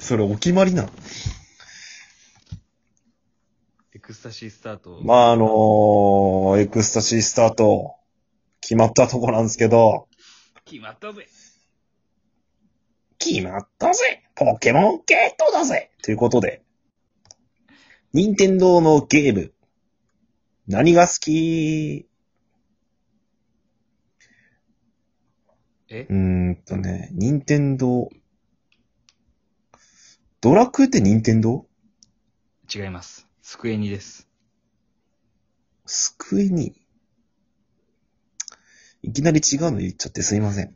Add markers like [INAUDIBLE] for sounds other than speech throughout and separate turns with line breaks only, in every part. それお決まりなん。
エクスタシースタート。
まあ、あのー、エクスタシースタート、決まったとこなんですけど、
決まったぜ。
決まったぜポケモンゲットだぜということで、任天堂のゲーム、何が好き
え
うーんとね、任天堂。ドラクエって任天堂
違います。スクエニです。
スクエニ。いきなり違うの言っちゃってすいません。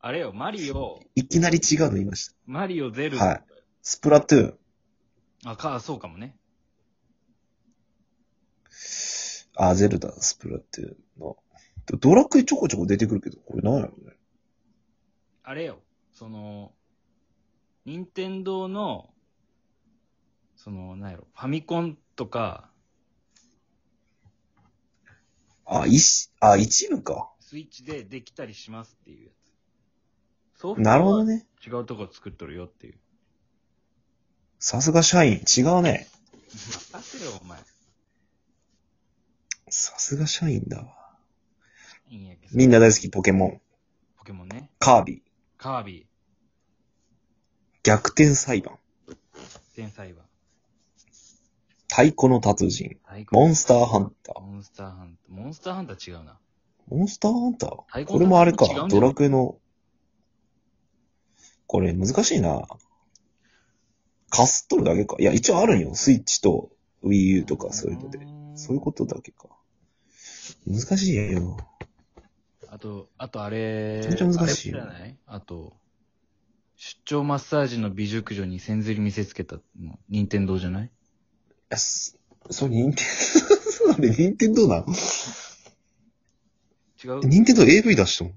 あれよ、マリオ、
いきなり違うの言いまし
マリオゼル
た。
ダ。
はい。スプラトゥーン。
あ、か、そうかもね。
あ、ゼルダ、スプラトゥーンの。ドドラクエちょこちょこ出てくるけど、これ何やろうね。
あれよ、その、任天堂の、その、なんやろ、ファミコンとか、
あ、いし、あ、一部か。
スイッチでできたりしますっていうやつ。ソフト
なるほど
は
ね。
違うとこ作っとるよっていう。
さすが社員。違うね。
任せよ、お前。
さすが社員だわ。
いいんやけど。
みんな大好きポケモン。
ポケモンね。
カービィ。
カービィ、
逆転裁判。
天才は。
太鼓の達人。
太鼓
モンスターハンター。
モンスターハンター。モンスターハンター違うな。
モンスターハンター
太鼓の達人
これもあれか
違う。んじゃ
ド
ない
ラクエの。これ難しいな。かすっとるだけか。いや、一応あるんよ。スイッチと Wii U とかそういうので。
ーん
そういうことだけか。難しいよ。
あと、あとあれ、
めちゃめちゃ難しい
あれじゃないあと、出張マッサージの美熟女に千鶴見せつけた、もう、任天堂じゃない
いや、そそれ、任天堂、 [LAUGHS] それ、任天堂なの
違う
任天堂 AV 出したの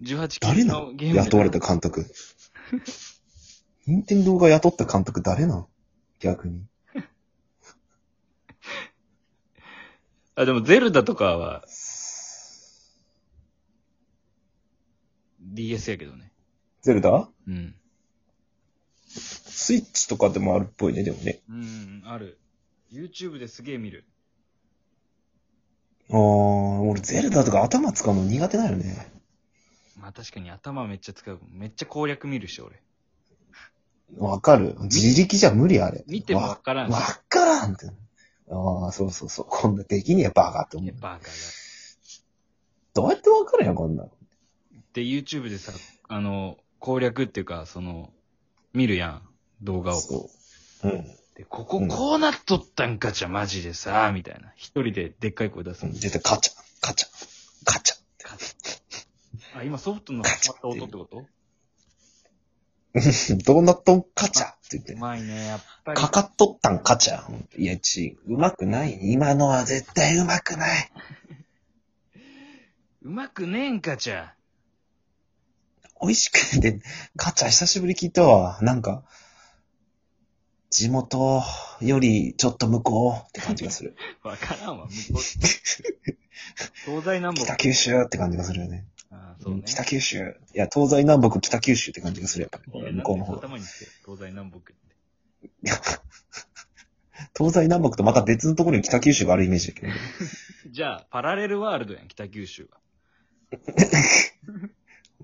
?18
誰
禁
な
の
の
ゲームじゃない
雇われた監督。 [LAUGHS] 任天堂が雇った監督誰なの逆に。
あ、でもゼルダとかは、DS やけどね。
ゼルダ
うん。
スイッチとかでもあるっぽいね、でもね。
うん、ある。YouTube ですげえ見る。
あー、俺ゼルダとか頭使うの苦手だよね。
まあ確かに頭めっちゃ使う。めっちゃ攻略見るし、俺。
わかる。自力じゃ無理あれ。
見てもわからん。
わからんって。ああ、そうそうそう。こんなできねえバカって思
ね
う。
バカが。
どうやってわかるんや、こんなの。
で、YouTube でさ、あの、攻略っていうか、その、見るやん、動画を。
そう。うん。
で、ここ
うん
こうなっとったんかじゃ、マジでさ、みたいな。一人ででっかい声出すの。
出て、カチャ、カチャ、カチ
あ、今ソフトのハマった音ってこと
ャ。 [LAUGHS] どうなっとんカチャって言って
う。まいね、やっぱり。
かかっとったんカチャ。いや、ち、うまくない。今のは絶対うまくない。
うまくねえんかじゃ。
美味しくて、カチャ久しぶり聞いたわ。なんか、地元よりちょっと向こうって感じが
[LAUGHS]
する。
わからんわ、向こう。東西
[LAUGHS]
南北
北。九州って感じがするよね。
あそうね。
北九州。いや、東西南北、北九州って感じがする。やっぱ
ごめ
り
んな
向こうの方 [LAUGHS] が。
頭にして、東西南北って。
いや東西南北とまた別のところに北九州があるイメージだけど。
じゃあ、パラレルワールドやん、北九州は。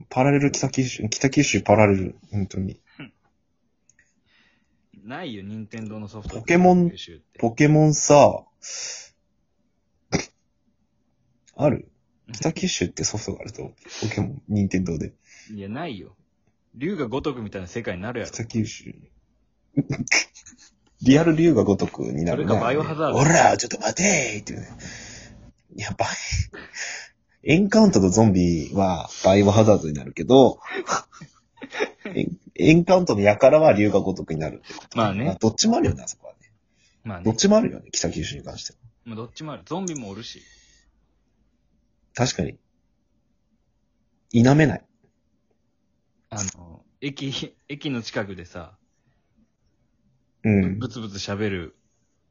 パラレル北九州、北九州パラレル、本当に。
ないよ、任天堂のソフト。
ポケモン
北九州って
ポケモンさ、ある北九州ってソフトがあると思う。ポケモン、任天堂で。
いや、ないよ。竜が如くみたいな世界になるやろ。
北九州。 [LAUGHS] リアル竜が如くになる、
それかバイオハザード
ほら、ちょっと待てーっていうね。やばい。エンカウントとゾンビはバイオハザードになるけど、 [LAUGHS] エンエンカウントの輩は竜が如くになるってこと。
まあね
どっちもあるよね、あそこはね。
まあ
どっ
ね。
ちもあるよね、北九州に関しては。
まあ、どっちもある。ゾンビもおるし。
確かに。否めない。
あの、駅、駅の近くでさ、
うん。
ブツブツ喋る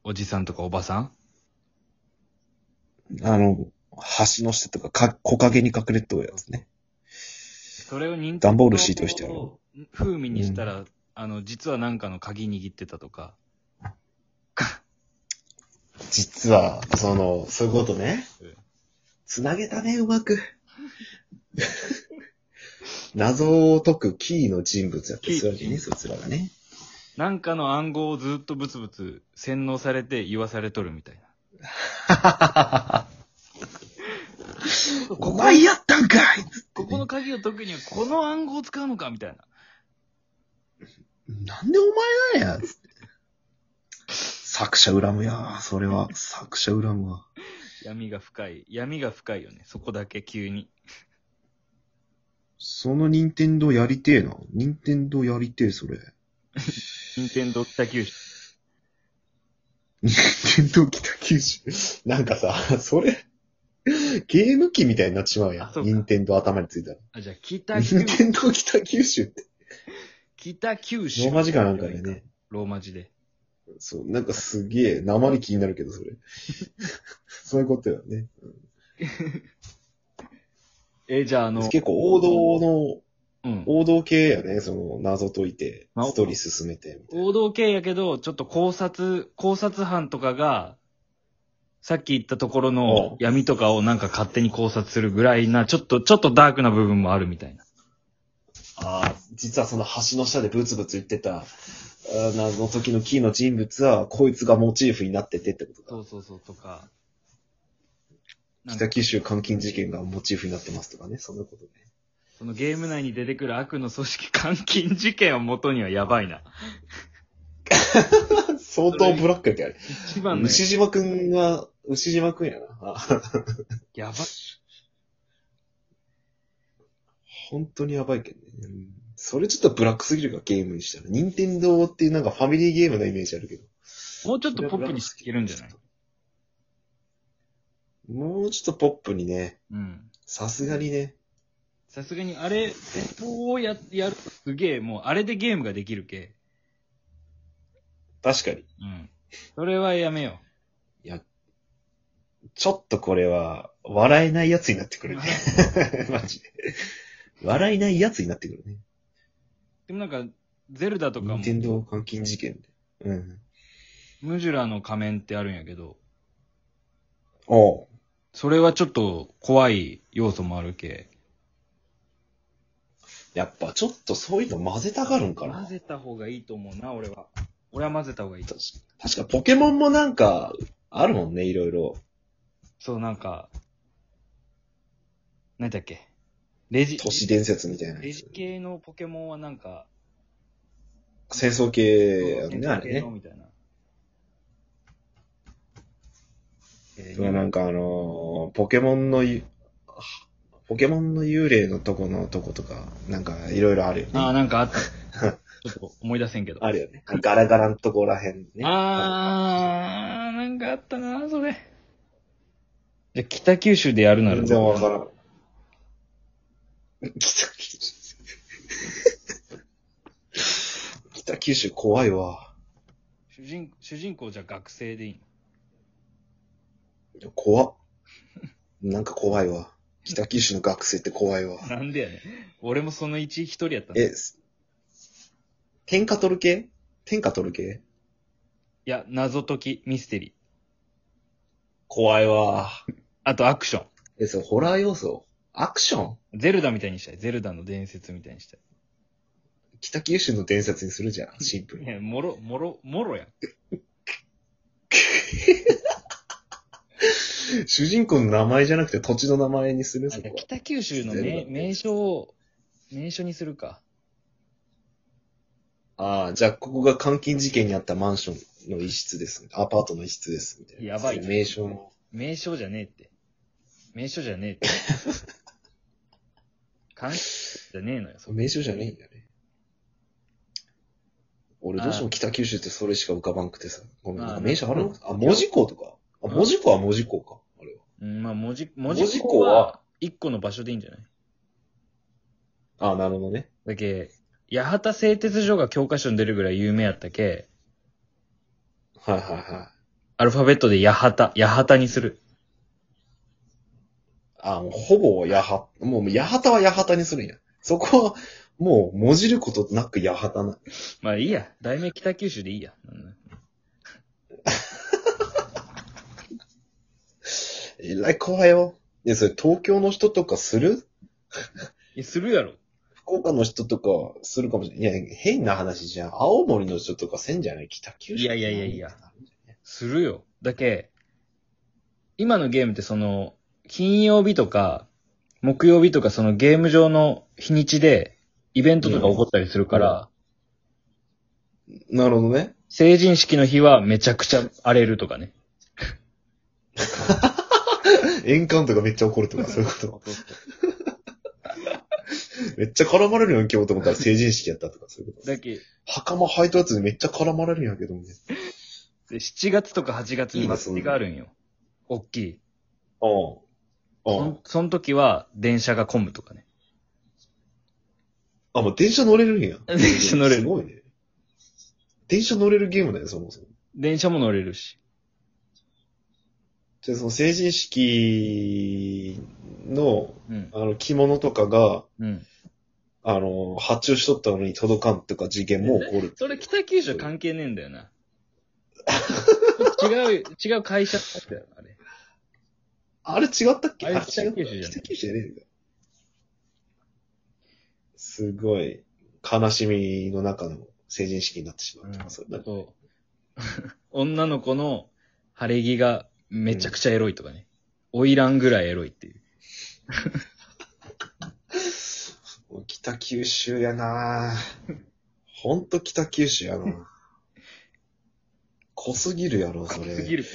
おじさんとかおばさん
あの、橋の下とかか、木陰に隠れておるやつね。
それを任
段ボール敷いて押してやる
を風味にしたら、あの、実はなんかの鍵握ってたとか。
実は、その、そういうことね
うん。
つなげたね、うまく。 [LAUGHS] 謎を解くキーの人物やってそうやね、そいつらがね。
なんかの暗号をずっとブツブツ洗脳されて言わされとるみたいな。
[LAUGHS] お前やったんかい
ここの鍵を解くにはこの暗号を使うのかみたいな。
なんでお前なんやつって作者恨むや、それは。作者恨むわ。
闇が深い。闇が深いよね。そこだけ急に。
その任天堂やりてえな。任天堂やりてえ、それ。
任天堂北九州。
任天堂北九州。なんかさ、それ、ゲーム機みたいになっちまうや
あそ
ん。
うか
任天堂頭についたら。
あ、じゃあ北九
任 [LAUGHS]
州。
天堂北九州って、
北九州。
ローマ字かなんかでね。
ローマ字で。
そう、なんかすげえ、生に気になるけど、それ。 [LAUGHS] そういうことよね。
え、じゃああの、
結構王道の、
うん。
王道系やね、その、謎解いて、
まあ
ストーリー進めて。
王道系やけど、ちょっと考察、考察班とかが、さっき言ったところ
う
の
ん
闇とかをなんか勝手に考察するぐらいな、ちょっと、ちょっとダークな部分もあるみたいな。
ああ、実はその橋の下でブツブツ言ってた、あー謎の時のキーの人物は、こいつがモチーフになっててってことか。
うそうそうとか。なんか
北九州監禁事件がモチーフになってますとかね、そんなことね。
そのゲーム内に出てくる悪の組織監禁事件を元にはやばいな。
相当ブラックやけどあれ
一番のや
牛島くんが、牛島くんやな。あ [LAUGHS]
やばい。
本当にやばいけどね。うんそれちょっとブラックすぎるか、ゲームにしたら。任天堂っていうなんかファミリーゲームのイメージあるけど。
もうちょっとポップにしていけるんじゃない
もうちょっとポップにね、
うん。
さすがにね。
さすがにあれ、そうや、やるとすげえ、もうあれでゲームができるけ。
確かに。
うん。それはやめよう。
ちょっとこれは、笑えないやつになってくるね。 [LAUGHS] マジで。笑えないやつになってくるね。
でもなんか、ゼルダとかも
任、天堂監禁事件で。うん。
ムジュラの仮面ってあるんやけど、
おう
それはちょっと怖い要素もあるけ。
やっぱちょっとそういうの混ぜたがるんかな。
混ぜた方がいいと思うな、俺は。俺は混ぜた方がいい。
確か確かポケモンもなんか、あるもんね、いろいろ。
そう、なんか、何だっけ。レジ、
都市伝説みたいな
レ
や
ジ
つ。
系のポケモンはなんか、
戦争系やん
戦
ね、
闘
あ
系
れ
の
ね。
みたいな。え
うわなんかあのーポケモンのゆ、あポケモンの幽霊のとこのとことか、なんかいろいろあるよね。
ああ、なんかあ [LAUGHS] った。ちょっと思い出せんけど。
あるよね。ガラガラのとこらへんね。
あー、なんかあったな、それ。じゃ、北九州でやるなら、
全然わからん。北九州。北九州怖いわ。
主人主人公じゃ学生でいいの
怖っ。なんか怖いわ。北九州の学生って怖いわ。
なんでやねん。俺もその一一人やったのい
え、す天下取る系天下取る系
や、謎解き、ミステリー。
怖いわ。
あとアクショ
え、そう、ホラー要素アクション
ン。ゼルダみたいにしたい。ゼルダの伝説みたいにしたい。
北九州の伝説にするじゃん、シンプル
い
に。
や、もろ、もろ、もろやん。
主人公の名前じゃなくて土地の名前にする
あ
そこは
北九州の
ゼルダ
名
の伝説
名称を、名称にするか。
ああ、じゃあ、ここが監禁事件にあったマンションの一室です。アパートの一室です。みたいな。
やばい
名称の。
名称じゃねえって。名称じゃねえっ
[LAUGHS]
て。関係じゃねえのよ、そ
そ
こ
う名称じゃねえんだね。俺どうしても北九州ってそれしか浮かばんくてさ。ごめん、
あー
なんか名称あるのあ、文字港とか。あ、文字港は文字港か。あれは。
うん、まあ文字、文
文
字
字
庫
庫
は
は、
一個の場所でいいんじゃない
あーなるほどね。
だけ、八幡製鉄所が教科書に出るぐらい有名やったけ、
はいはいはい。
アルファベットで八幡、八幡にする。
あーもうほぼ八幡。もう、八幡は八幡にするんや。そこは、もう、もじることなく八幡な。
まあいいや。題名北九州でいいや。うん
えらい怖いよ。いや、それ東京の人とかする
いや、するやろ。
福岡の人とかするかもしれない。いや、変な話じゃん。青森の人とかせんじゃない北九州
いやいやいやいや。するよ。だけ、今のゲームってその、金曜日とか、木曜日とかそのゲーム上の日にちで、イベントとか起こったりするから、
なるほどね。
成人式の日はめちゃくちゃ荒れるとかね。
円環とかめっちゃ怒
[LAUGHS]
るとか、そういうこと。めっちゃ絡まれるやん、今日と思ったら成人式やったとか、そういうこと。
だけ、
袴履いたやつにめっちゃ絡まれるんやけどね。
で7月とか8月に
今そう
祭りがあるんよ。おっきい。
うん。
そ
うん
んその時は電車が混むとかね。
[LAUGHS] あ、もう電車乗れるんや。
電車乗れる
すごいね。電車乗れるゲームだよ、そもそも。
電車も乗れるし。
じゃあその成人式の、
うん。
あの、着物とかが、
うん。
あの、発注しとったのに届かんとか事件も起こる。
それ北九州関係ねえんだよ
[LAUGHS]
な。違う、違う会社だったよ、あれ。
あれ違ったっけ
あれ
れ違った
北九州じゃない
北九州じゃねえんだ。すごい、悲しみの中の成人式になってしまうとか、そういうの
そう [LAUGHS] 女の子の晴れ着がめちゃくちゃエロいとかね。花魁ぐらいエロいっていう。
もう北九州やなぁ。ほんと
[LAUGHS]
北九州やなぁ。濃すぎるやろ、それ。
すぎるか。